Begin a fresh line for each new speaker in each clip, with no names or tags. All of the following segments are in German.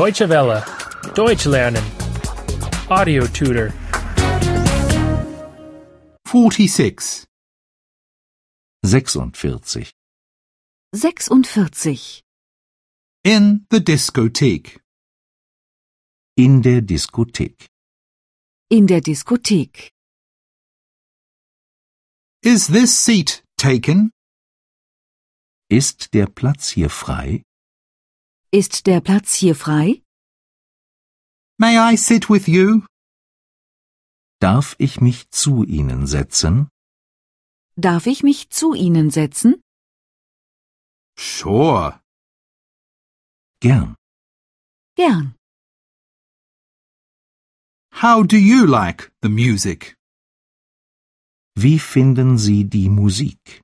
Deutsche Welle. Deutsch lernen. Audio tutor.
46.
46.
46.
In the discotheque.
In der Diskothek.
In der Diskothek.
Is this seat taken?
Ist der Platz hier frei?
Ist der Platz hier frei?
May I sit with you?
Darf ich mich zu Ihnen setzen?
Darf ich mich zu Ihnen setzen?
Sure.
Gern.
Gern.
How do you like the music?
Wie finden Sie die Musik?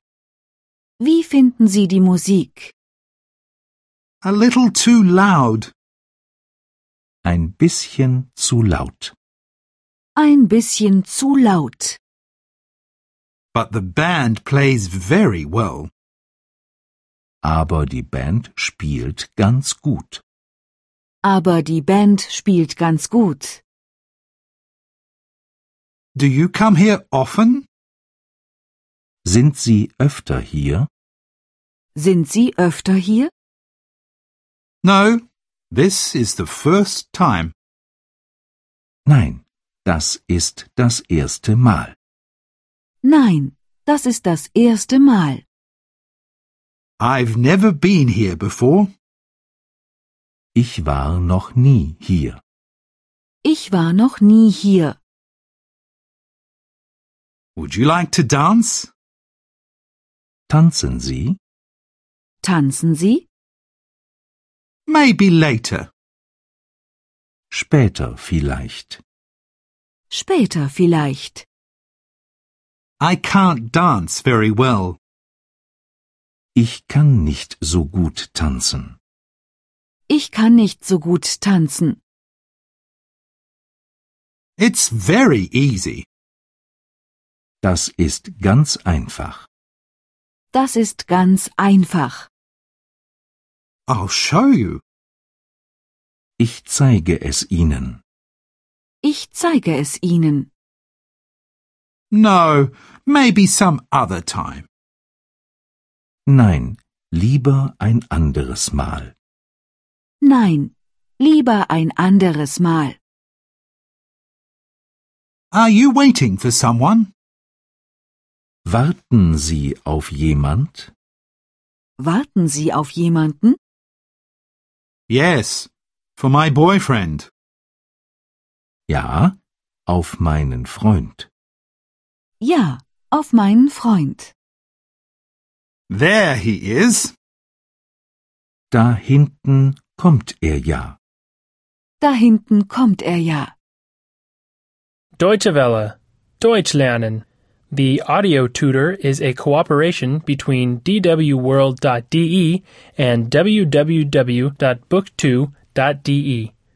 Wie finden Sie die Musik?
A little too loud.
Ein bisschen zu laut.
Ein bisschen zu laut.
But the band plays very well.
Aber die Band spielt ganz gut.
Aber die Band spielt ganz gut.
Do you come here often?
Sind Sie öfter hier?
Sind Sie öfter hier?
No. This is the first time.
Nein, das ist das erste Mal.
Nein, das ist das erste Mal.
I've never been here before.
Ich war noch nie hier.
Ich war noch nie hier.
Would you like to dance?
Tanzen Sie?
Tanzen Sie?
Maybe later.
Später vielleicht.
Später vielleicht.
I can't dance very well.
Ich kann nicht so gut tanzen.
Ich kann nicht so gut tanzen.
It's very easy.
Das ist ganz einfach.
Das ist ganz einfach.
I'll show you.
Ich zeige es Ihnen.
Ich zeige es Ihnen.
No, maybe some other time.
Nein, lieber ein anderes Mal.
Nein, lieber ein anderes Mal.
Are you waiting for someone?
Warten Sie auf jemand?
Warten Sie auf jemanden?
Yes, for my boyfriend.
Ja, auf meinen Freund.
Ja, auf meinen Freund.
There he is.
Da hinten kommt er ja.
Da hinten kommt er ja.
Deutsche Welle. Deutsch lernen. The audio tutor is a cooperation between E dwworld.de and www.book2.de.